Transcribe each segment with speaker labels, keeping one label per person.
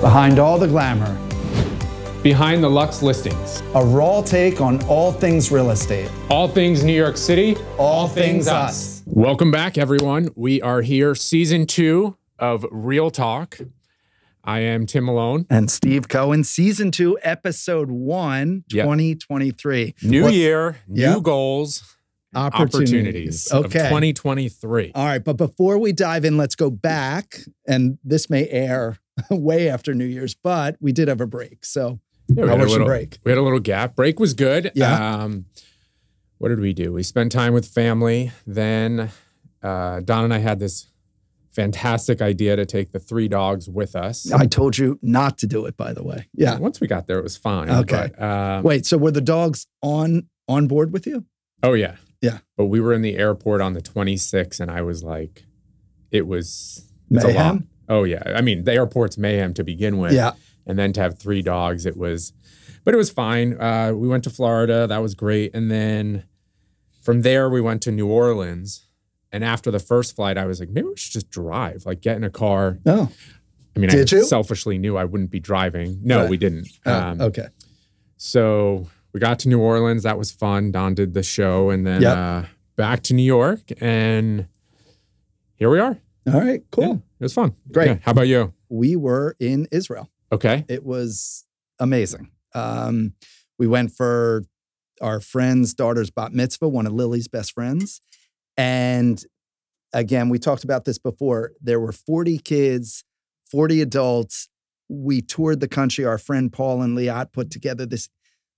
Speaker 1: Behind all the glamour,
Speaker 2: Behind the Lux listings,
Speaker 1: a raw take on all things real estate.
Speaker 2: all things New York City,
Speaker 1: All things us.
Speaker 2: Welcome back, everyone. We are here, season two of Real Talk. I am Tim Malone.
Speaker 1: And Steve Cohen, season two, episode one,
Speaker 2: Yeah.
Speaker 1: 2023.
Speaker 2: New
Speaker 1: What-
Speaker 2: year,
Speaker 1: Yeah.
Speaker 2: new goals,
Speaker 1: Opportunities.
Speaker 2: opportunities,
Speaker 1: Okay. Uh,
Speaker 2: of 2023.
Speaker 1: All right. But before we dive in, let's go back. And this may air way after New Year's, but we did have a break. So
Speaker 2: Yeah,
Speaker 1: how
Speaker 2: we had a
Speaker 1: was your
Speaker 2: little
Speaker 1: break?
Speaker 2: We had a little gap. Break was good.
Speaker 1: Yeah.
Speaker 2: Um, what did we do? We spent time with family. Then uh, Don and I had this fantastic idea to take the three dogs with us.
Speaker 1: I told you not to do it, by the way. Yeah.
Speaker 2: Once we got there, it was fine.
Speaker 1: Okay.
Speaker 2: But, um,
Speaker 1: Wait. So were the dogs on on board with you?
Speaker 2: Oh yeah.
Speaker 1: Yeah.
Speaker 2: But we were in the airport on the 26th, and I was like, it was it's a lot.
Speaker 1: Mayhem?
Speaker 2: Oh yeah. I mean, the airport's mayhem to begin with.
Speaker 1: Yeah.
Speaker 2: And then to have three dogs, it was, but it was fine. Uh, we went to Florida. That was great. And then from there, we went to New Orleans. And after the first flight, I was like, maybe we should just drive, like get in a car.
Speaker 1: Oh,
Speaker 2: I mean,
Speaker 1: Did
Speaker 2: I
Speaker 1: you?
Speaker 2: selfishly knew I wouldn't be driving. No,
Speaker 1: Right.
Speaker 2: we didn't.
Speaker 1: oh,
Speaker 2: Um,
Speaker 1: okay.
Speaker 2: so we got to New Orleans. That was fun. Don did the show, and then
Speaker 1: Yep.
Speaker 2: uh, back to New York, and here we are.
Speaker 1: All right. Cool.
Speaker 2: Yeah, it was fun.
Speaker 1: Great.
Speaker 2: Yeah. How about you?
Speaker 1: We were in Israel.
Speaker 2: Okay.
Speaker 1: It was amazing. Um, we went for our friend's daughter's bat mitzvah, one of Lily's best friends. And again, we talked about this before. There were 40 kids, 40 adults. We toured the country. Our friend Paul and Liat put together this.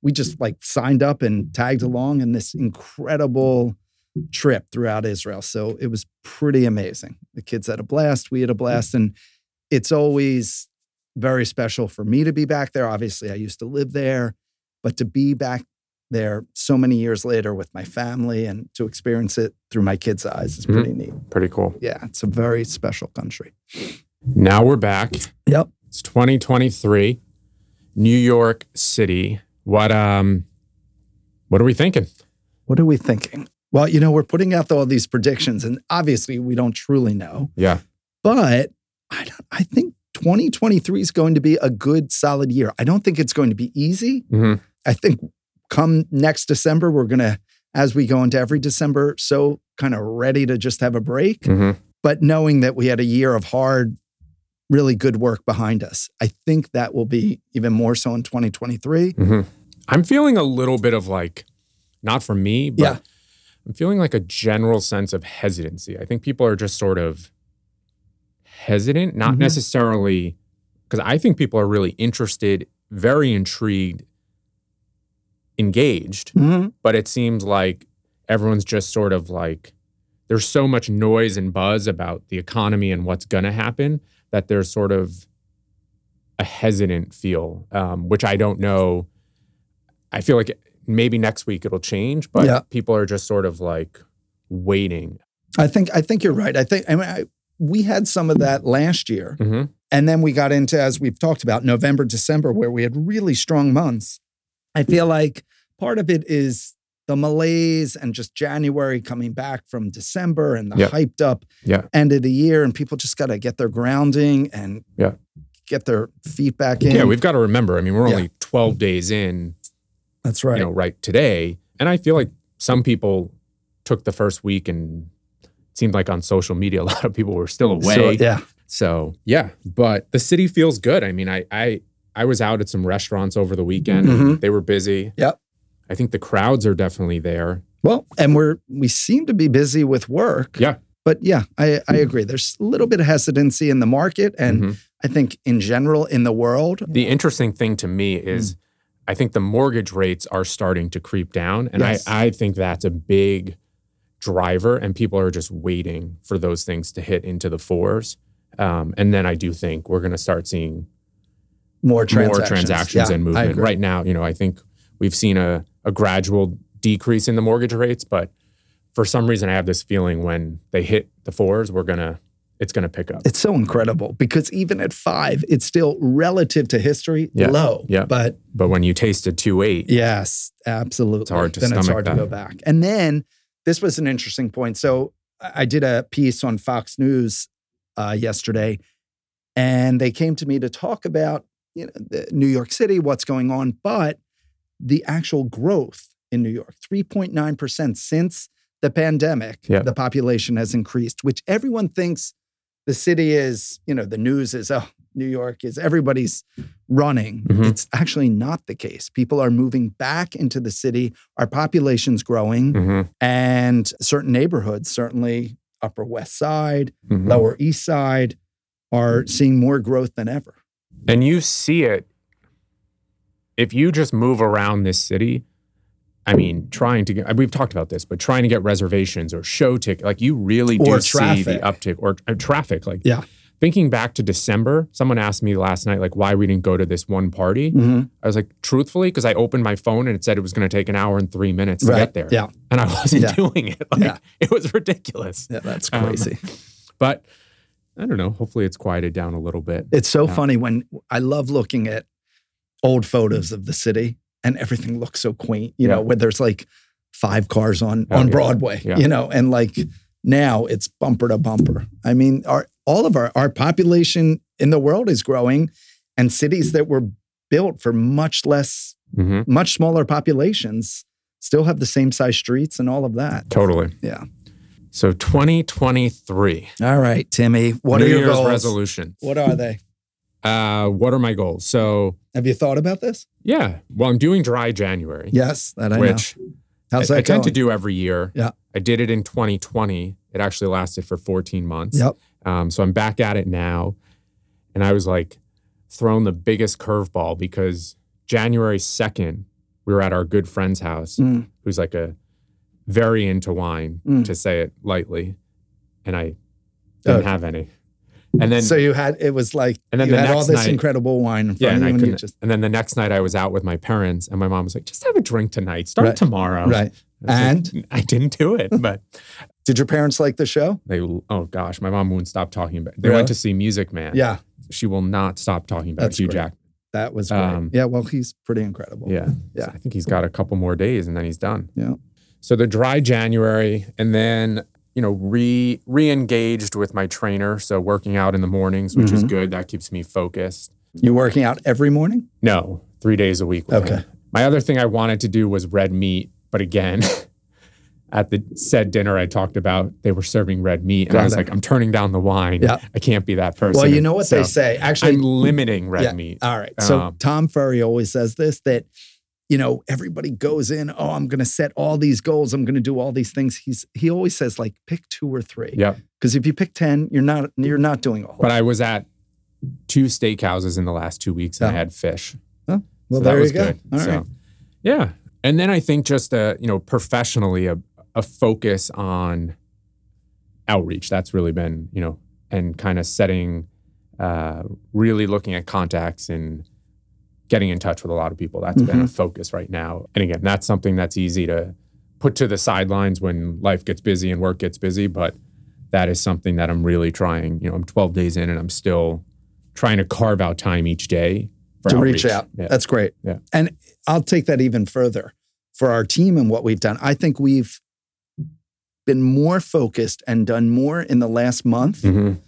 Speaker 1: We just like signed up and tagged along in this incredible trip throughout Israel. So it was pretty amazing. The kids had a blast. We had a blast. And it's always very special for me to be back there. Obviously, I used to live there, but to be back there so many years later with my family and to experience it through my kids' eyes is pretty neat.
Speaker 2: Pretty cool.
Speaker 1: Yeah, it's a very special country.
Speaker 2: Now we're back.
Speaker 1: Yep.
Speaker 2: It's 2023, New York City. What um, what are we thinking?
Speaker 1: What are we thinking? Well, you know, we're putting out all these predictions, and obviously, we don't truly know.
Speaker 2: Yeah.
Speaker 1: But I don't. I think 2023 is going to be a good, solid year. I don't think it's going to be easy.
Speaker 2: hmm
Speaker 1: I think come next December, we're going to, as we go into every December, so kind of ready to just have a break,
Speaker 2: hmm
Speaker 1: but knowing that we had a year of hard, really good work behind us. I think that will be even more so in 2023.
Speaker 2: hmm I'm feeling a little bit of like, not for me, but
Speaker 1: Yeah.
Speaker 2: I'm feeling like a general sense of hesitancy. I think people are just sort of hesitant, not
Speaker 1: Mhm.
Speaker 2: necessarily because I think people are really interested, very intrigued, engaged, but it seems like everyone's just sort of like, there's so much noise and buzz about the economy and what's going to happen that there's sort of a hesitant feel, um, which I don't know. I feel like maybe next week it'll change, but
Speaker 1: Yeah.
Speaker 2: people are just sort of like waiting.
Speaker 1: I think I think you're right. I think I mean, I, we had some of that last year,
Speaker 2: Mhm.
Speaker 1: and then we got into as we've talked about November, December, where we had really strong months. I feel like part of it is the malaise and just January coming back from December and the
Speaker 2: Yeah.
Speaker 1: hyped up
Speaker 2: Yeah.
Speaker 1: end of the year, and people just got to get their grounding and
Speaker 2: Yeah.
Speaker 1: get their feet back in.
Speaker 2: Yeah, we've got to remember. I mean, we're
Speaker 1: Yeah.
Speaker 2: only 12 days in,
Speaker 1: that's right.
Speaker 2: you know, right today. And I feel like some people took the first week and it seemed like on social media, a lot of people were still away.
Speaker 1: So, yeah,
Speaker 2: So yeah, but the city feels good. I mean, I I I was out at some restaurants over the weekend.
Speaker 1: Mhm.
Speaker 2: They were busy.
Speaker 1: Yep.
Speaker 2: I think the crowds are definitely there.
Speaker 1: Well, and we're we seem to be busy with work.
Speaker 2: Yeah. Mm-hmm.
Speaker 1: But yeah, I, I agree. There's a little bit of hesitancy in the market and
Speaker 2: Mhm.
Speaker 1: I think in general in the world.
Speaker 2: The interesting thing to me
Speaker 1: Mm.
Speaker 2: is I think the mortgage rates are starting to creep down. And
Speaker 1: Yes.
Speaker 2: I, I think that's a big driver. And people are just waiting for those things to hit into the fours. Um, and then I do think we're going to start seeing
Speaker 1: more transactions,
Speaker 2: more transactions
Speaker 1: Yeah,
Speaker 2: and
Speaker 1: I
Speaker 2: movement.
Speaker 1: agree.
Speaker 2: Right now, you know, I think we've seen a, a gradual decrease in the mortgage rates, but for some reason, I have this feeling when they hit the fours, we're gonna it's gonna pick up.
Speaker 1: It's so incredible because even at five, it's still relative to history
Speaker 2: Yeah,
Speaker 1: low.
Speaker 2: yeah.
Speaker 1: But
Speaker 2: But when you taste a two eight,
Speaker 1: yes, absolutely.
Speaker 2: hard to
Speaker 1: then it's
Speaker 2: stomach
Speaker 1: hard
Speaker 2: that.
Speaker 1: to go back. And then this was an interesting point. So I I did a piece on Fox News uh, yesterday, And they came to me to talk about you know the, New York City, what's going on, but the actual growth in New York, 3.9% since the pandemic,
Speaker 2: Yeah.
Speaker 1: the population has increased, which everyone thinks the city is, you know, the news is, oh, New York is everybody's running.
Speaker 2: Mhm.
Speaker 1: It's actually not the case. People are moving back into the city, our population's growing,
Speaker 2: Mhm.
Speaker 1: and certain neighborhoods, certainly Upper West Side,
Speaker 2: Mhm.
Speaker 1: Lower East Side,
Speaker 2: Hmm.
Speaker 1: are seeing more growth than ever.
Speaker 2: And you see it if you just move around this city. I mean, trying to get, we've talked about this, but trying to get reservations or show ticket, like you really do
Speaker 1: Or
Speaker 2: see the
Speaker 1: traffic.
Speaker 2: uptick or uh, traffic. Like,
Speaker 1: Yeah.
Speaker 2: Thinking back to December, someone asked me last night, like, why we didn't go to this one party.
Speaker 1: Mm-hmm.
Speaker 2: I was like, truthfully, because I opened my phone and it said it was going to take an hour and three minutes to
Speaker 1: Right.
Speaker 2: get there.
Speaker 1: Yeah.
Speaker 2: And I wasn't
Speaker 1: Yeah.
Speaker 2: doing it. Like,
Speaker 1: Yeah.
Speaker 2: It was ridiculous.
Speaker 1: Yeah, that's
Speaker 2: Um,
Speaker 1: crazy.
Speaker 2: But I don't know. Hopefully it's quieted down a little bit.
Speaker 1: It's so
Speaker 2: Yeah.
Speaker 1: funny when I love looking at old photos of the city and everything looks so quaint, you
Speaker 2: Yeah.
Speaker 1: know, where there's like five cars on
Speaker 2: Oh,
Speaker 1: on
Speaker 2: yeah.
Speaker 1: Broadway,
Speaker 2: Yeah.
Speaker 1: you know, and like now it's bumper to bumper. I mean, our all of our our population in the world is growing and cities that were built for much less
Speaker 2: Mm-hmm.
Speaker 1: much smaller populations still have the same size streets and all of that.
Speaker 2: Totally.
Speaker 1: Yeah.
Speaker 2: So 2023.
Speaker 1: All right, Timmy, what
Speaker 2: New
Speaker 1: are your
Speaker 2: Year's
Speaker 1: goals?
Speaker 2: resolution?
Speaker 1: What are they?
Speaker 2: Uh, what are my goals? So
Speaker 1: Have you thought about this?
Speaker 2: yeah, well, I'm doing dry January,
Speaker 1: Yes, that I know.
Speaker 2: which
Speaker 1: How's
Speaker 2: I,
Speaker 1: that
Speaker 2: I tend to
Speaker 1: going?
Speaker 2: do every year.
Speaker 1: Yeah.
Speaker 2: I did it in 2020. It actually lasted for 14 months.
Speaker 1: Yep.
Speaker 2: Um, so I'm back at it now. And I was like thrown the biggest curveball because January 2nd, we were at our good friend's house,
Speaker 1: Mm.
Speaker 2: who's like a very into wine,
Speaker 1: Mm.
Speaker 2: to say it lightly. And I didn't
Speaker 1: Oh.
Speaker 2: have any. And then
Speaker 1: so you had it was like
Speaker 2: And then
Speaker 1: you
Speaker 2: the
Speaker 1: had all
Speaker 2: next
Speaker 1: this
Speaker 2: night-
Speaker 1: incredible wine in front
Speaker 2: Yeah,
Speaker 1: of
Speaker 2: and
Speaker 1: you,
Speaker 2: I
Speaker 1: and you
Speaker 2: couldn't.
Speaker 1: just
Speaker 2: and then the next night, I was out with my parents, and my mom was like, "Just have a drink tonight. Start
Speaker 1: Right.
Speaker 2: tomorrow."
Speaker 1: right.
Speaker 2: I was like, I didn't do it, but
Speaker 1: Did your parents like the show?
Speaker 2: they. Oh gosh, my mom wouldn't stop talking about. They
Speaker 1: Really?
Speaker 2: went to see Music Man.
Speaker 1: Yeah,
Speaker 2: she will not stop talking about
Speaker 1: That's
Speaker 2: Hugh
Speaker 1: great.
Speaker 2: Jackman.
Speaker 1: that was great.
Speaker 2: Um,
Speaker 1: yeah, well, he's pretty incredible.
Speaker 2: Yeah,
Speaker 1: Yeah.
Speaker 2: I think he's got a couple more days, and then he's done.
Speaker 1: Yeah.
Speaker 2: So the dry January, and then you know re re-engaged with my trainer. So working out in the mornings, which is
Speaker 1: Mhm.
Speaker 2: good. That keeps me focused.
Speaker 1: You working out every morning?
Speaker 2: No, three days a week. with
Speaker 1: Okay.
Speaker 2: him. My other thing I wanted to do was red meat, but again, at the said dinner I talked about, they were serving red meat, and I
Speaker 1: Got
Speaker 2: was
Speaker 1: it.
Speaker 2: like, I'm turning down the wine.
Speaker 1: Yeah.
Speaker 2: I can't be that person.
Speaker 1: well, you know what
Speaker 2: So
Speaker 1: they say. Actually,
Speaker 2: I'm limiting red
Speaker 1: Yeah.
Speaker 2: meat.
Speaker 1: all right. So
Speaker 2: um,
Speaker 1: Tom Ferry always says this that you know everybody goes in. Oh, I'm going to set all these goals. I'm going to do all these things. He's he always says like pick two or three.
Speaker 2: Yep.
Speaker 1: Because if you pick ten, you're not you're not doing all.
Speaker 2: But I was at two steakhouses in the last two weeks, and I
Speaker 1: Yeah.
Speaker 2: had fish.
Speaker 1: well,
Speaker 2: So
Speaker 1: there
Speaker 2: that was
Speaker 1: you go.
Speaker 2: good.
Speaker 1: All right.
Speaker 2: So, Yeah. And then I think just a, you know, professionally a, a focus on outreach. That's really been, you know, and kind of setting uh really looking at contacts and getting in touch with a lot of people. That's
Speaker 1: Mm-hmm.
Speaker 2: been a focus right now. And again, that's something that's easy to put to the sidelines when life gets busy and work gets busy, but that is something that I'm really trying. You know, I'm 12 days in and I'm still trying to carve out time each day for
Speaker 1: to
Speaker 2: outreach.
Speaker 1: reach out.
Speaker 2: Yeah.
Speaker 1: That's great.
Speaker 2: Yeah.
Speaker 1: And I'll take that even further for our team and what we've done. I think we've been more focused and done more in the last month,
Speaker 2: Mhm.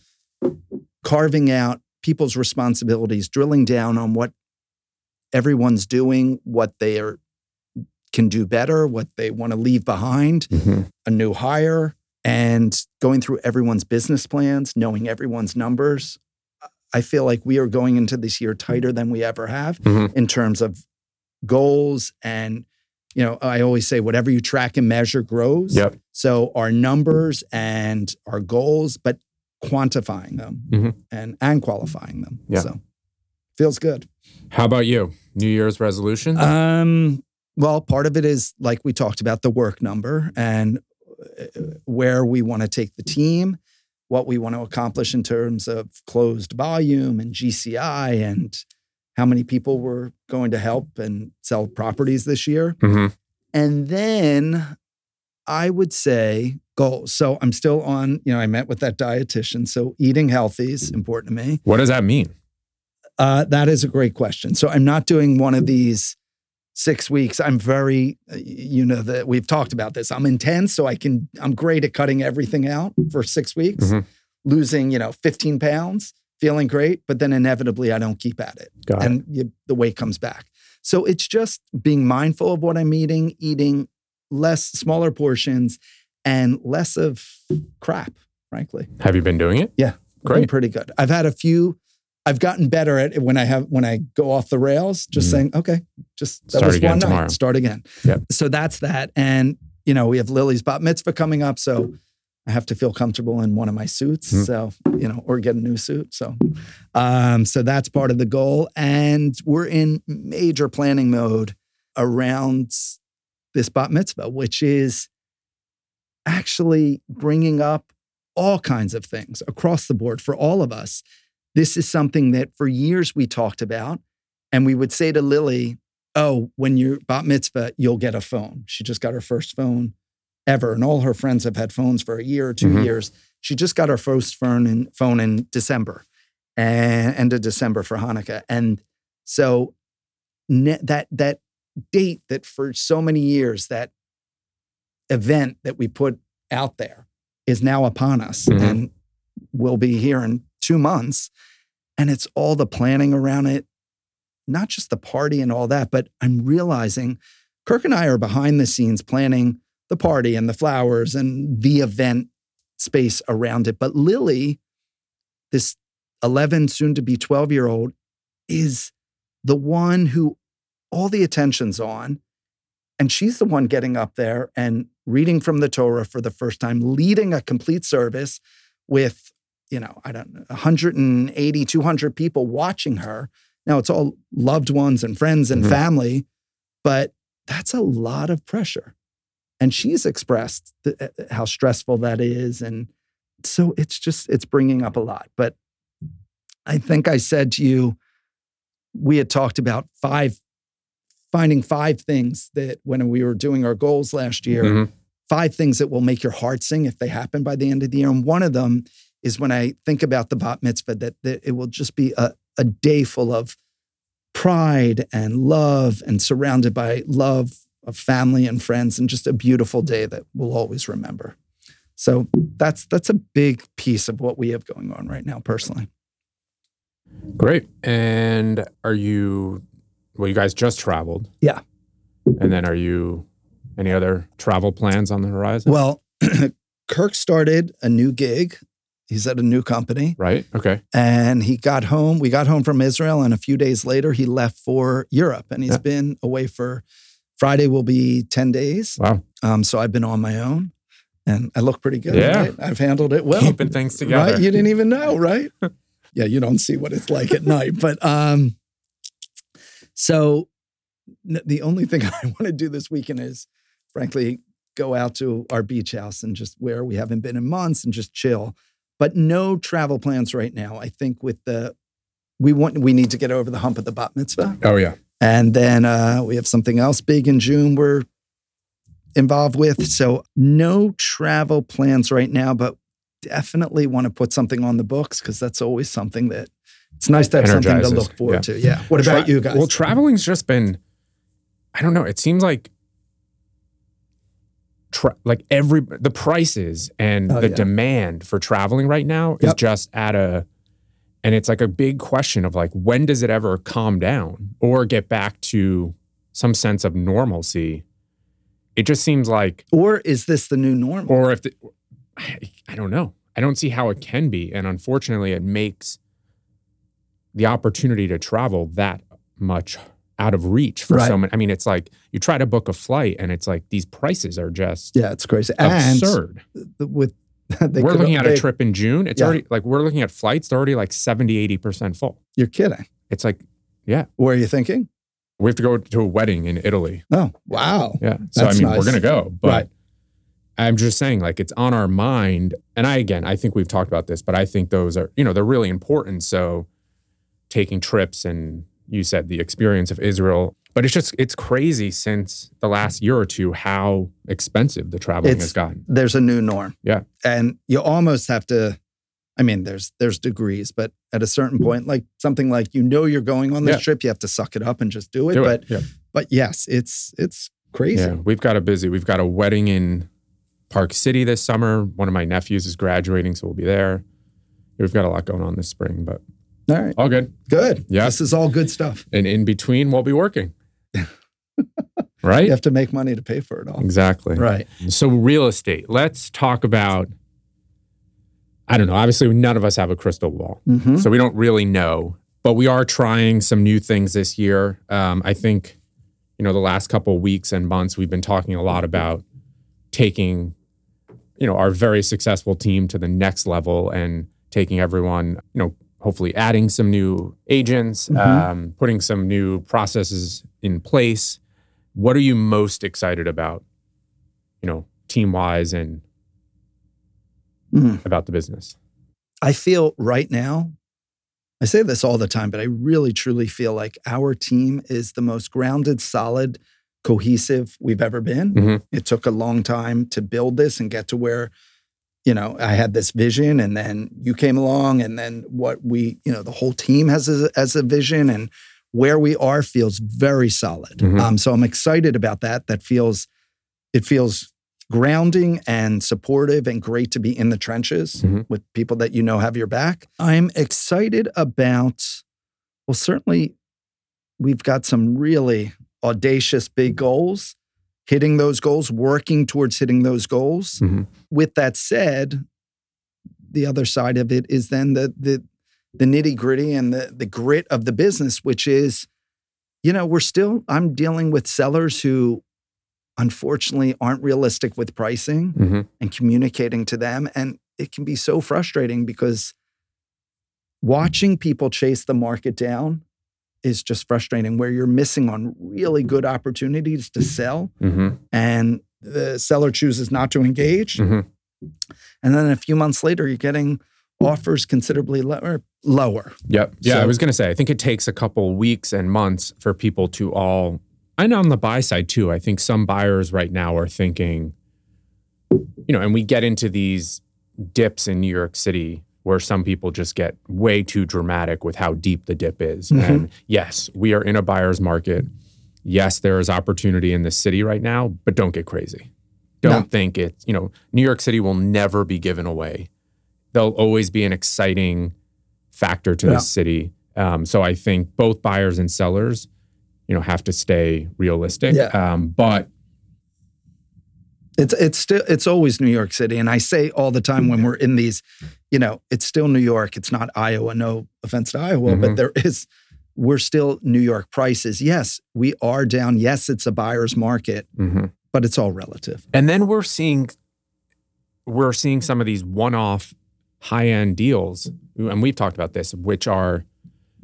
Speaker 1: carving out people's responsibilities, drilling down on what everyone's doing, what they are, can do better, what they want to leave behind,
Speaker 2: Mhm.
Speaker 1: a new hire, and going through everyone's business plans, knowing everyone's numbers. I feel like we are going into this year tighter than we ever have
Speaker 2: Mhm.
Speaker 1: in terms of goals and you know i always say whatever you track and measure grows
Speaker 2: Yep.
Speaker 1: so our numbers and our goals but quantifying them
Speaker 2: Mhm.
Speaker 1: and and qualifying them
Speaker 2: Yeah.
Speaker 1: so feels good
Speaker 2: How about you? New Year's resolution?
Speaker 1: um well part of it is like we talked about the work number and uh, where we want to take the team what we want to accomplish in terms of closed volume and GCI and how many people we're going to help and sell properties this year.
Speaker 2: hmm
Speaker 1: And then I would say goals. So I'm still on, you know, I met with that dietitian. So eating healthy is important to me.
Speaker 2: What does that mean?
Speaker 1: Uh, that is a great question. So I'm not doing one of these six weeks. I'm very, uh, you know, that we've talked about this. I'm intense, so I can. I'm great at cutting everything out for six weeks,
Speaker 2: Mhm.
Speaker 1: losing, you know, 15 pounds, feeling great, but then inevitably I don't keep at it
Speaker 2: Got it.
Speaker 1: and you, the weight comes back. So it's just being mindful of what I'm eating, eating less, smaller portions, and less of crap, frankly.
Speaker 2: Have you been doing it?
Speaker 1: I've been
Speaker 2: Great.
Speaker 1: pretty good. I've had a few. I've gotten better at it when I have when I go off the rails. Just
Speaker 2: Mhm.
Speaker 1: saying, okay, just that
Speaker 2: Start
Speaker 1: was
Speaker 2: again
Speaker 1: one
Speaker 2: tomorrow.
Speaker 1: night. Start again.
Speaker 2: Yep.
Speaker 1: So that's that. And you know, we have Lily's bat mitzvah coming up, so I have to feel comfortable in one of my suits.
Speaker 2: Mhm.
Speaker 1: So you know, or get a new suit. So, um, so that's part of the goal. And we're in major planning mode around this bat mitzvah, which is actually bringing up all kinds of things across the board for all of us. This is something that for years we talked about. And we would say to Lily, Oh, when you're bat mitzvah, you'll get a phone. She just got her first phone ever. And all her friends have had phones for a year or 2
Speaker 2: Mhm.
Speaker 1: years. She just got her first phone in, phone in December, and end of December for Hanukkah. And so ne- that, that date that for so many years, that event that we put out there is now upon us
Speaker 2: Mhm.
Speaker 1: and will be here in two months. And it's all the planning around it, not just the party and all that, but I'm realizing Kirk and I are behind the scenes planning the party and the flowers and the event space around it. But Lily, this 11, soon to be 12 year old, is the one who all the attention's on. And she's the one getting up there and reading from the Torah for the first time, leading a complete service with, you know, I don't know, 180, 200 people watching her. Now it's all loved ones and friends and
Speaker 2: Mhm.
Speaker 1: family, but that's a lot of pressure. And she's expressed th- uh, how stressful that is. And so it's just, it's bringing up a lot. But I think I said to you, we had talked about five, finding five things that when we were doing our goals last year,
Speaker 2: Mhm.
Speaker 1: five things that will make your heart sing if they happen by the end of the year. And one of them is when I think about the bat mitzvah, that, that it will just be a, a day full of pride and love and surrounded by love of family and friends and just a beautiful day that we'll always remember. So that's that's a big piece of what we have going on right now personally.
Speaker 2: Great. And are you? Well, you guys just traveled.
Speaker 1: Yeah.
Speaker 2: And then are you? Any other travel plans on the horizon?
Speaker 1: Well, Kirk started a new gig. He's at a new company.
Speaker 2: right. Okay.
Speaker 1: and he got home. We got home from Israel, and a few days later, he left for Europe, and he's
Speaker 2: Yeah.
Speaker 1: been away for. Friday will be ten days.
Speaker 2: Wow.
Speaker 1: Um, so I've been on my own, and I look pretty good.
Speaker 2: Yeah.
Speaker 1: right? I've handled it well.
Speaker 2: Keeping things together.
Speaker 1: Right? You didn't even know, right? yeah, you don't see what it's like at night. But um, so n- the only thing I want to do this weekend is, frankly, go out to our beach house and just where we haven't been in months and just chill. But no travel plans right now. I think with the we want we need to get over the hump of the bat mitzvah.
Speaker 2: Oh yeah.
Speaker 1: And then uh, we have something else big in June we're involved with. So, no travel plans right now, but definitely want to put something on the books because that's always something that it's nice to have something to
Speaker 2: Energizes,
Speaker 1: look forward
Speaker 2: yeah.
Speaker 1: to. Yeah. What about
Speaker 2: Tra-
Speaker 1: you guys?
Speaker 2: Well, traveling's just been, I don't know. It seems like, tra- like every the prices and
Speaker 1: Oh,
Speaker 2: the
Speaker 1: yeah.
Speaker 2: demand for traveling right now is
Speaker 1: Yep.
Speaker 2: just at a, and it's like a big question of like when does it ever calm down or get back to some sense of normalcy? It just seems like,
Speaker 1: or is this the new normal?
Speaker 2: or if the, I, I don't know. I don't see how it can be, and unfortunately, it makes the opportunity to travel that much out of reach for
Speaker 1: Right.
Speaker 2: so many. I mean, it's like you try to book a flight, and it's like these prices are just
Speaker 1: yeah, it's crazy. And
Speaker 2: absurd.
Speaker 1: the- with they
Speaker 2: we're
Speaker 1: could-
Speaker 2: looking at
Speaker 1: they-
Speaker 2: a trip in June. It's
Speaker 1: Yeah.
Speaker 2: already like we're looking at flights. They're already like 70, 80 percent full.
Speaker 1: You're kidding.
Speaker 2: It's like
Speaker 1: What are you thinking?
Speaker 2: we have to go to a wedding in Italy.
Speaker 1: Oh, wow.
Speaker 2: Yeah. So
Speaker 1: That's
Speaker 2: I mean,
Speaker 1: nice.
Speaker 2: we're gonna go, but
Speaker 1: Right.
Speaker 2: I'm just saying, like, it's on our mind. And I again, I think we've talked about this, but I think those are, you know, they're really important. So taking trips and you said the experience of Israel, but it's just it's crazy since the last year or two how expensive the traveling
Speaker 1: It's-
Speaker 2: has gotten.
Speaker 1: there's a new norm.
Speaker 2: Yeah.
Speaker 1: And you almost have to I mean there's there's degrees, but at a certain point like something like you know you're going on this
Speaker 2: Mm-hmm. Yeah.
Speaker 1: trip, you have to suck it up and just do it,
Speaker 2: Do
Speaker 1: but
Speaker 2: it. Yeah.
Speaker 1: but yes, it's it's crazy.
Speaker 2: Yeah, we've got a busy. We've got a wedding in Park City this summer. One of my nephews is graduating, so we'll be there. We've got a lot going on this spring, but
Speaker 1: All right.
Speaker 2: all good.
Speaker 1: Good.
Speaker 2: Yeah.
Speaker 1: This is all good stuff.
Speaker 2: And in between, we'll be working.
Speaker 1: You
Speaker 2: right?
Speaker 1: have to make money to pay for it all.
Speaker 2: Exactly.
Speaker 1: Right.
Speaker 2: So real estate. Let's talk about. I don't know. Obviously, none of us have a crystal ball,
Speaker 1: Mm-hmm.
Speaker 2: so we don't really know. But we are trying some new things this year. Um, I think, you know, the last couple of weeks and months, we've been talking a lot about taking, you know, our very successful team to the next level and taking everyone, you know, hopefully adding some new agents,
Speaker 1: Mhm.
Speaker 2: um, putting some new processes in place. What are you most excited about? you know, team wise and
Speaker 1: Mhm.
Speaker 2: about the business.
Speaker 1: I feel right now, I say this all the time, but I really truly feel like our team is the most grounded, solid, cohesive we've ever been.
Speaker 2: Mhm.
Speaker 1: It took a long time to build this and get to where, you know, I had this vision and then you came along and then what we, you know, the whole team has as a, as a vision and where we are feels very solid.
Speaker 2: Mhm.
Speaker 1: Um, so I'm excited about that. That feels, it feels grounding and supportive and great to be in the trenches
Speaker 2: Mhm.
Speaker 1: with people that you know have your back. I'm excited about, well, certainly we've got some really audacious big goals, hitting those goals, working towards hitting those goals.
Speaker 2: Mhm.
Speaker 1: With that said, the other side of it is then the the the nitty gritty and the the grit of the business, which is, you know, we're still I'm dealing with sellers who unfortunately aren't realistic with pricing
Speaker 2: Mhm.
Speaker 1: and communicating to them. And it can be so frustrating because watching people chase the market down is just frustrating, where you're missing on really good opportunities to sell
Speaker 2: Mhm.
Speaker 1: and the seller chooses not to engage.
Speaker 2: Mhm.
Speaker 1: And then a few months later, you're getting offers considerably lower. lower.
Speaker 2: Yep. Yeah, I
Speaker 1: So-
Speaker 2: was going to say, I think it takes a couple weeks and months for people to all. I know on the buy side too. I think some buyers right now are thinking, you know, and we get into these dips in New York City where some people just get way too dramatic with how deep the dip is.
Speaker 1: Mhm.
Speaker 2: And yes, we are in a buyer's market. Yes, there is opportunity in the city right now, but don't get crazy. Don't think it's, you know, New York City will never be given away. They'll always be an exciting factor to
Speaker 1: Yeah.
Speaker 2: the city. Um, so I think both buyers and sellers, you know, have to stay realistic.
Speaker 1: Yeah.
Speaker 2: Um, but
Speaker 1: It's it's still it's always New York City, and I say all the time when we're in these, you know, it's still New York. It's not Iowa. No offense to Iowa,
Speaker 2: Mhm.
Speaker 1: but there is we're still New York prices. Yes, we are down. Yes, it's a buyer's market,
Speaker 2: Mhm.
Speaker 1: but it's all relative.
Speaker 2: And then we're seeing we're seeing some of these one-off high-end deals, and we've talked about this, which are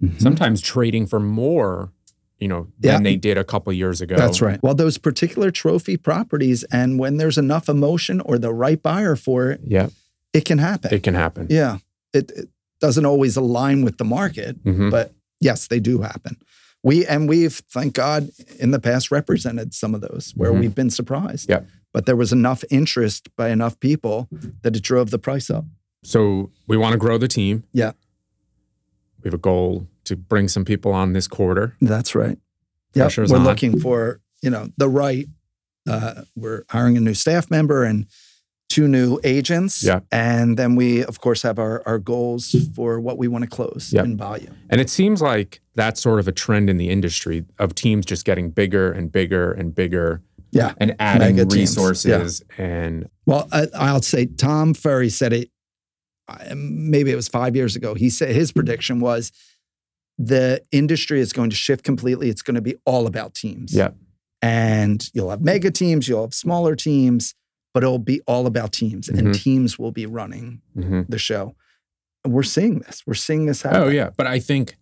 Speaker 1: Mm-hmm.
Speaker 2: sometimes trading for more, you know, than
Speaker 1: Yeah.
Speaker 2: they did a couple years ago.
Speaker 1: That's right. Well, those particular trophy properties, and when there's enough emotion or the right buyer for it,
Speaker 2: Yeah,
Speaker 1: it can happen.
Speaker 2: it can happen.
Speaker 1: yeah, it, it doesn't always align with the market,
Speaker 2: Mhm.
Speaker 1: but yes, they do happen. We and we've thank God in the past represented some of those where
Speaker 2: Mhm.
Speaker 1: we've been surprised.
Speaker 2: Yep.
Speaker 1: But there was enough interest by enough people that it drove the price up.
Speaker 2: So we want to grow the team.
Speaker 1: Yeah.
Speaker 2: We have a goal to bring some people on this quarter.
Speaker 1: That's right. Yeah,
Speaker 2: Pressure's
Speaker 1: we're
Speaker 2: on.
Speaker 1: looking for you know the right. Uh, we're hiring a new staff member and two new agents.
Speaker 2: Yeah.
Speaker 1: and then we of course have our our goals for what we want to close
Speaker 2: Yeah.
Speaker 1: in volume.
Speaker 2: And it seems like that's sort of a trend in the industry of teams just getting bigger and bigger and bigger.
Speaker 1: Yeah.
Speaker 2: And adding
Speaker 1: Mega teams. Yeah.
Speaker 2: resources and
Speaker 1: Well, I, I'll say Tom Ferry said it. I- Maybe it was five years ago. He said his prediction was the industry is going to shift completely. It's going to be all about teams.
Speaker 2: Yeah.
Speaker 1: And you'll have mega teams, you'll have smaller teams, but it'll be all about teams,
Speaker 2: Mm-hmm.
Speaker 1: and teams will be running
Speaker 2: Mhm.
Speaker 1: the show. And we're seeing this. We're seeing this happen.
Speaker 2: Oh yeah, but I think,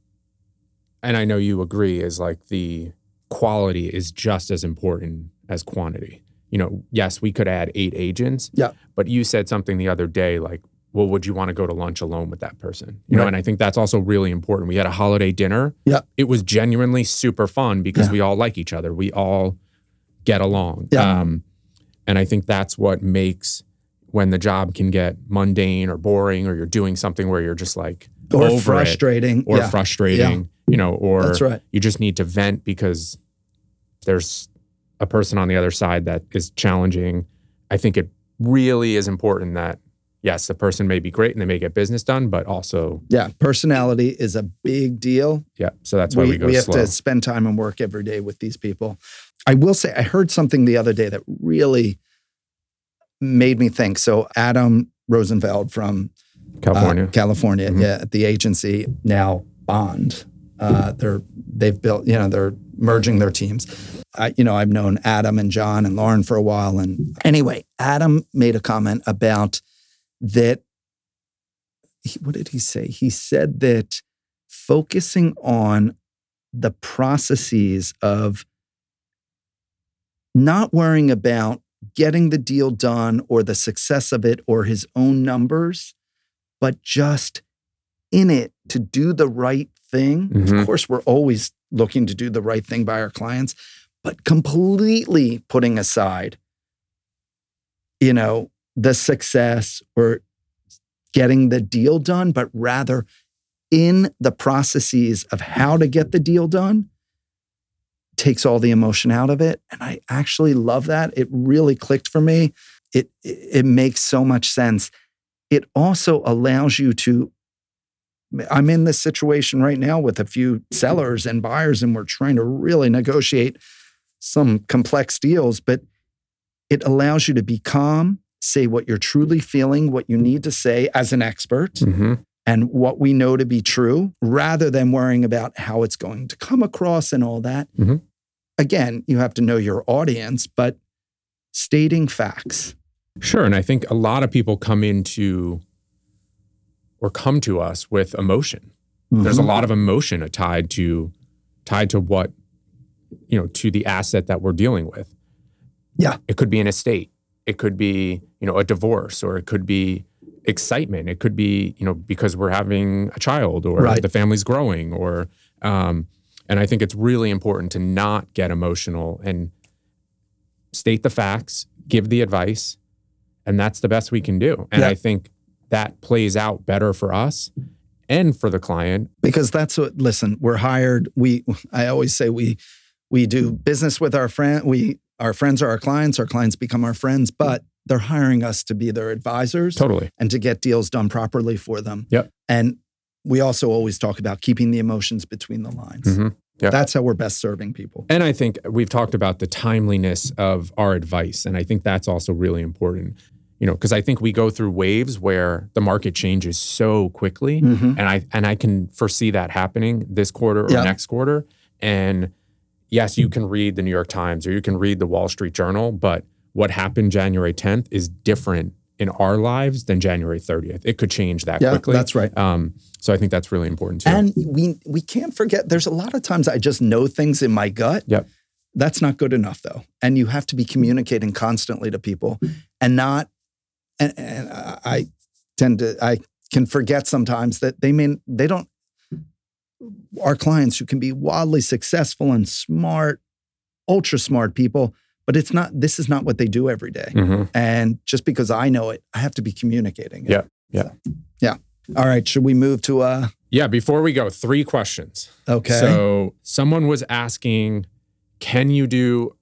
Speaker 2: and I know you agree, is like the quality is just as important as quantity. You know, yes, we could add eight agents.
Speaker 1: Yeah.
Speaker 2: But you said something the other day, like, well, would you want to go to lunch alone with that person? You know,
Speaker 1: Right.
Speaker 2: and I think that's also really important. We had a holiday dinner.
Speaker 1: Yeah.
Speaker 2: It was genuinely super fun because
Speaker 1: Yeah.
Speaker 2: we all like each other. We all get along.
Speaker 1: Yeah.
Speaker 2: Um, and I think that's what makes when the job can get mundane or boring or you're doing something where you're just like
Speaker 1: Or
Speaker 2: over it
Speaker 1: frustrating.
Speaker 2: or
Speaker 1: yeah,
Speaker 2: frustrating, you know, or
Speaker 1: that's right.
Speaker 2: you just need to vent because there's a person on the other side that is challenging. I think it really is important that yes, the person may be great and they may get business done, but also,
Speaker 1: Yeah, personality is a big deal.
Speaker 2: yeah. So that's why we, go
Speaker 1: have
Speaker 2: slow.
Speaker 1: to spend time and work every day with these people. I will say, I heard something the other day that really made me think. So, Adam Rosenfeld from
Speaker 2: California.
Speaker 1: Uh, California,
Speaker 2: Mhm.
Speaker 1: yeah, at the agency now Bond. Uh, they're they've built, you know, they're merging their teams. I, you know, I've known Adam and John and Lauren for a while, and anyway, Adam made a comment about that. He, what did he say? He said that focusing on the processes of not worrying about getting the deal done or the success of it or his own numbers, but just in it to do the right thing.
Speaker 2: Mhm.
Speaker 1: Of course, we're always looking to do the right thing by our clients, but completely putting aside, you know, the success or getting the deal done, but rather in the processes of how to get the deal done takes all the emotion out of it and i actually love that it really clicked for me it it, it makes so much sense it also allows you to i'm in this situation right now with a few sellers and buyers and we're trying to really negotiate some complex deals but it allows you to be calm say what you're truly feeling what you need to say as an expert
Speaker 2: Mhm.
Speaker 1: and what we know to be true rather than worrying about how it's going to come across and all that.
Speaker 2: Mhm.
Speaker 1: Again, you have to know your audience, but stating facts.
Speaker 2: Sure. And I think a lot of people come into or come to us with emotion. there's
Speaker 1: Mm-hmm.
Speaker 2: a lot of emotion tied to tied to what you know to the asset that we're dealing with
Speaker 1: Yeah.
Speaker 2: it could be an estate it could be you know a divorce or it could be excitement it could be you know because we're having a child or
Speaker 1: Right.
Speaker 2: the family's growing or um and i think it's really important to not get emotional and state the facts give the advice and that's the best we can do and
Speaker 1: Yeah.
Speaker 2: i think that plays out better for us and for the client
Speaker 1: because that's what listen, we're hired, we I always say we we do business with our friend, we our friends are our clients, our clients become our friends, but they're hiring us to be their advisors.
Speaker 2: Totally.
Speaker 1: and to get deals done properly for them.
Speaker 2: Yep.
Speaker 1: And we also always talk about keeping the emotions between the lines.
Speaker 2: Mhm. Yeah.
Speaker 1: That's how we're best serving people.
Speaker 2: And I think we've talked about the timeliness of our advice. And I think that's also really important, you know, because I think we go through waves where the market changes so quickly.
Speaker 1: Mm-hmm.
Speaker 2: And I and I can foresee that happening this quarter or
Speaker 1: Yeah. Mm.
Speaker 2: next quarter. And yes, you can read the New York Times or you can read the Wall Street Journal, but what happened January 10th is different in our lives than January 30th. It could change that
Speaker 1: Yeah,
Speaker 2: quickly.
Speaker 1: that's right.
Speaker 2: um, so I think that's really important too.
Speaker 1: And we we can't forget there's a lot of times I just know things in my gut.
Speaker 2: Yep.
Speaker 1: That's not good enough though. And you have to be communicating constantly to people and not and, and I I tend to I can forget sometimes that they mean they don't our clients who can be wildly successful and smart, ultra smart people, but it's not this is not what they do every day.
Speaker 2: Mhm.
Speaker 1: And just because I know it, I have to be communicating. it.
Speaker 2: Yeah, yeah.
Speaker 1: So, yeah. All right. Should we move to uh
Speaker 2: Yeah, before we go, three questions.
Speaker 1: okay.
Speaker 2: So someone was asking, can you do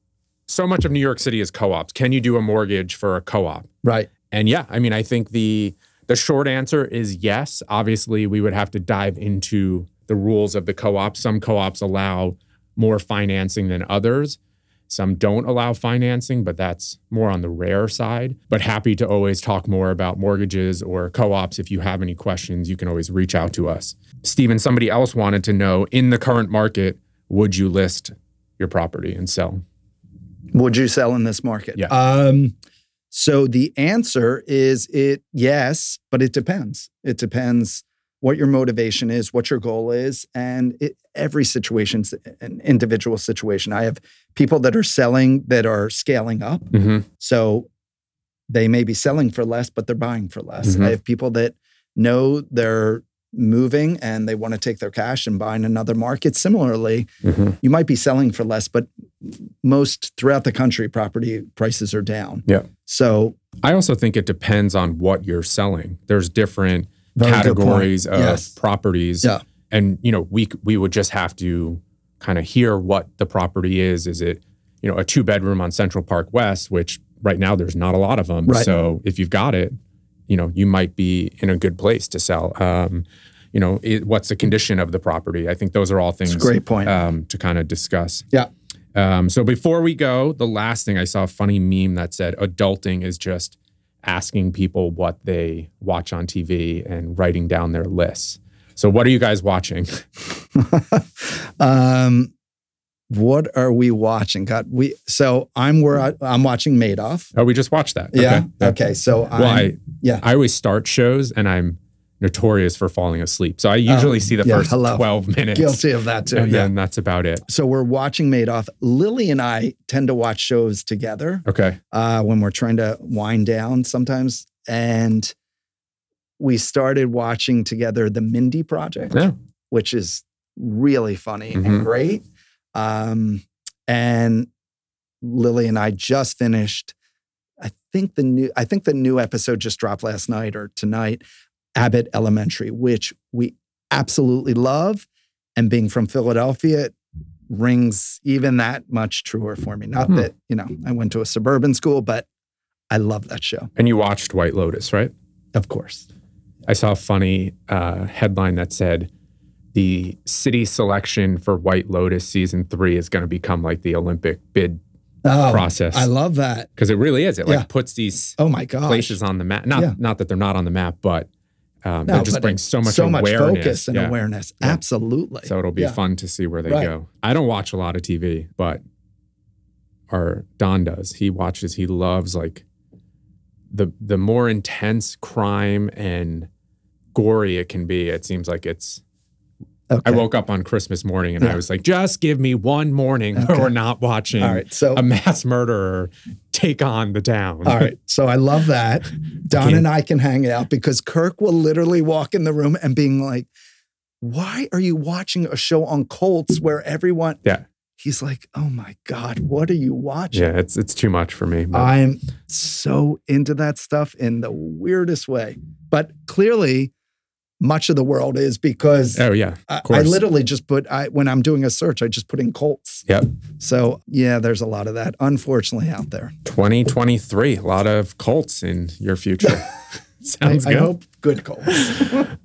Speaker 2: so much of New York City is co-ops? Can you do a mortgage for a co-op?
Speaker 1: right.
Speaker 2: And yeah, I mean, I think the the short answer is yes. Obviously, we would have to dive into the rules of the co-op. Some co-ops allow more financing than others. Some don't allow financing, but that's more on the rare side. But happy to always talk more about mortgages or co-ops. If you have any questions, you can always reach out to us. Steven, somebody else wanted to know in the current market, would you list your property and sell?
Speaker 1: Would you sell in this market?
Speaker 2: Yeah.
Speaker 1: Um, so the answer is it yes, but it depends. It depends what your motivation is, what your goal is, and it, every situation's an individual situation. I have people that are selling that are scaling up,
Speaker 2: Mm-hmm.
Speaker 1: so they may be selling for less, but they're buying for less.
Speaker 2: Mhm.
Speaker 1: I have people that know they're moving and they want to take their cash and buy in another market. Similarly,
Speaker 2: Mm-hmm.
Speaker 1: you might be selling for less, but most throughout the country, property prices are down.
Speaker 2: Yeah.
Speaker 1: So
Speaker 2: I also think it depends on what you're selling. There's different
Speaker 1: Very good
Speaker 2: categories
Speaker 1: point.
Speaker 2: of
Speaker 1: Yes.
Speaker 2: properties.
Speaker 1: Yeah.
Speaker 2: And you know, we c- we would just have to kind of hear what the property is. Is it, you know, a two bedroom on Central Park West, which right now there's not a lot of them.
Speaker 1: Right.
Speaker 2: So if you've got it, you know you might be in a good place to sell. Um, you know, it, what's the condition of the property? I think those are all
Speaker 1: It's
Speaker 2: things
Speaker 1: a great point.
Speaker 2: um, to kind of discuss.
Speaker 1: Yeah.
Speaker 2: Um, so before we go, the last thing I saw a funny meme that said adulting is just asking people what they watch on TV and writing down their lists. So what are you guys watching?
Speaker 1: um, what are we watching? God, we so I'm where I, I'm watching Madoff.
Speaker 2: Oh, we just watched that.
Speaker 1: Yeah. Okay. So I'm,
Speaker 2: Well, I,
Speaker 1: yeah.
Speaker 2: I always start shows and I'm notorious for falling asleep. So I usually see the
Speaker 1: Oh, yeah,
Speaker 2: first
Speaker 1: hello.
Speaker 2: 12 minutes.
Speaker 1: guilty of that too.
Speaker 2: And
Speaker 1: Yeah.
Speaker 2: then that's about it.
Speaker 1: So we're watching Madoff. Lily and I tend to watch shows together
Speaker 2: Okay.
Speaker 1: uh, when we're trying to wind down sometimes, and we started watching together the Mindy Project,
Speaker 2: Yeah.
Speaker 1: which is really funny
Speaker 2: Mhm.
Speaker 1: and great. Um, and Lily and I just finished. I think the new. I think the new episode just dropped last night or tonight. Abbott Elementary, which we absolutely love, and being from Philadelphia, it rings even that much truer for me. Not
Speaker 2: Hmm.
Speaker 1: that you know I went to a suburban school, but I love that show.
Speaker 2: And you watched White Lotus, right?
Speaker 1: Of course,
Speaker 2: I saw a funny uh, headline that said the city selection for White Lotus season three is going to become like the Olympic bid
Speaker 1: oh,
Speaker 2: process
Speaker 1: I love that.
Speaker 2: because it really is. It like
Speaker 1: Yeah.
Speaker 2: puts these
Speaker 1: Oh my gosh,
Speaker 2: places on the map. Not
Speaker 1: Yeah.
Speaker 2: not that they're not on the map, but um,
Speaker 1: No,
Speaker 2: that just
Speaker 1: but
Speaker 2: brings so much
Speaker 1: so much
Speaker 2: awareness.
Speaker 1: focus and
Speaker 2: Yeah.
Speaker 1: awareness.
Speaker 2: Yeah.
Speaker 1: Absolutely.
Speaker 2: So it'll be
Speaker 1: Yeah.
Speaker 2: fun to see where they
Speaker 1: Right.
Speaker 2: go. I don't watch a lot of TV, but our Don does. He watches. He loves like the the more intense crime and gory it can be. It seems like it's. I
Speaker 1: Okay.
Speaker 2: woke up on Christmas morning and I
Speaker 1: Yeah.
Speaker 2: was like, just give me one morning where
Speaker 1: Okay.
Speaker 2: we're not watching
Speaker 1: All right. So
Speaker 2: a mass murderer take on the town.
Speaker 1: All right. So I love that. Don and I can hang out because Kirk will literally walk in the room and being like, why are you watching a show on Colts where everyone,
Speaker 2: Yeah.
Speaker 1: he's like, oh my God, what are you watching?
Speaker 2: Yeah, it's it's too much for me. but-
Speaker 1: I'm so into that stuff in the weirdest way. But clearly, much of the world is because
Speaker 2: oh yeah,
Speaker 1: I, I
Speaker 2: course.
Speaker 1: literally just put, I, when I'm doing a search, I just put in Colts.
Speaker 2: Yep.
Speaker 1: So yeah, there's a lot of that, unfortunately, out there.
Speaker 2: 2023. A lot of cults in your future.
Speaker 1: I,
Speaker 2: Sounds
Speaker 1: I
Speaker 2: good.
Speaker 1: hope good Colts.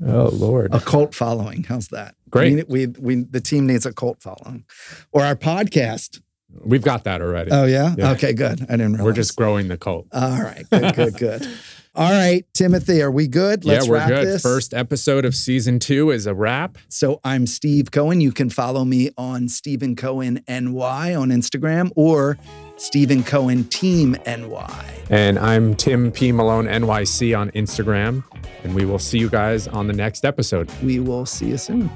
Speaker 2: Oh Lord.
Speaker 1: a cult following. How's that?
Speaker 2: Great.
Speaker 1: We, we we the team needs a cult following, or our podcast.
Speaker 2: We've got that already.
Speaker 1: Oh yeah.
Speaker 2: Yeah.
Speaker 1: Okay. Good. I didn't realize.
Speaker 2: We're just growing the cult.
Speaker 1: All right. Good. Good. good. All right, Timothy. Are we good? Let's
Speaker 2: yeah, we're
Speaker 1: wrap
Speaker 2: good.
Speaker 1: this.
Speaker 2: First episode of season two is a wrap.
Speaker 1: So I'm Steve Cohen. You can follow me on Stephen Cohen NY on Instagram or Stephen Cohen Team NY.
Speaker 2: And I'm Tim P. Malone NYC on Instagram. And we will see you guys on the next episode.
Speaker 1: We will see you soon.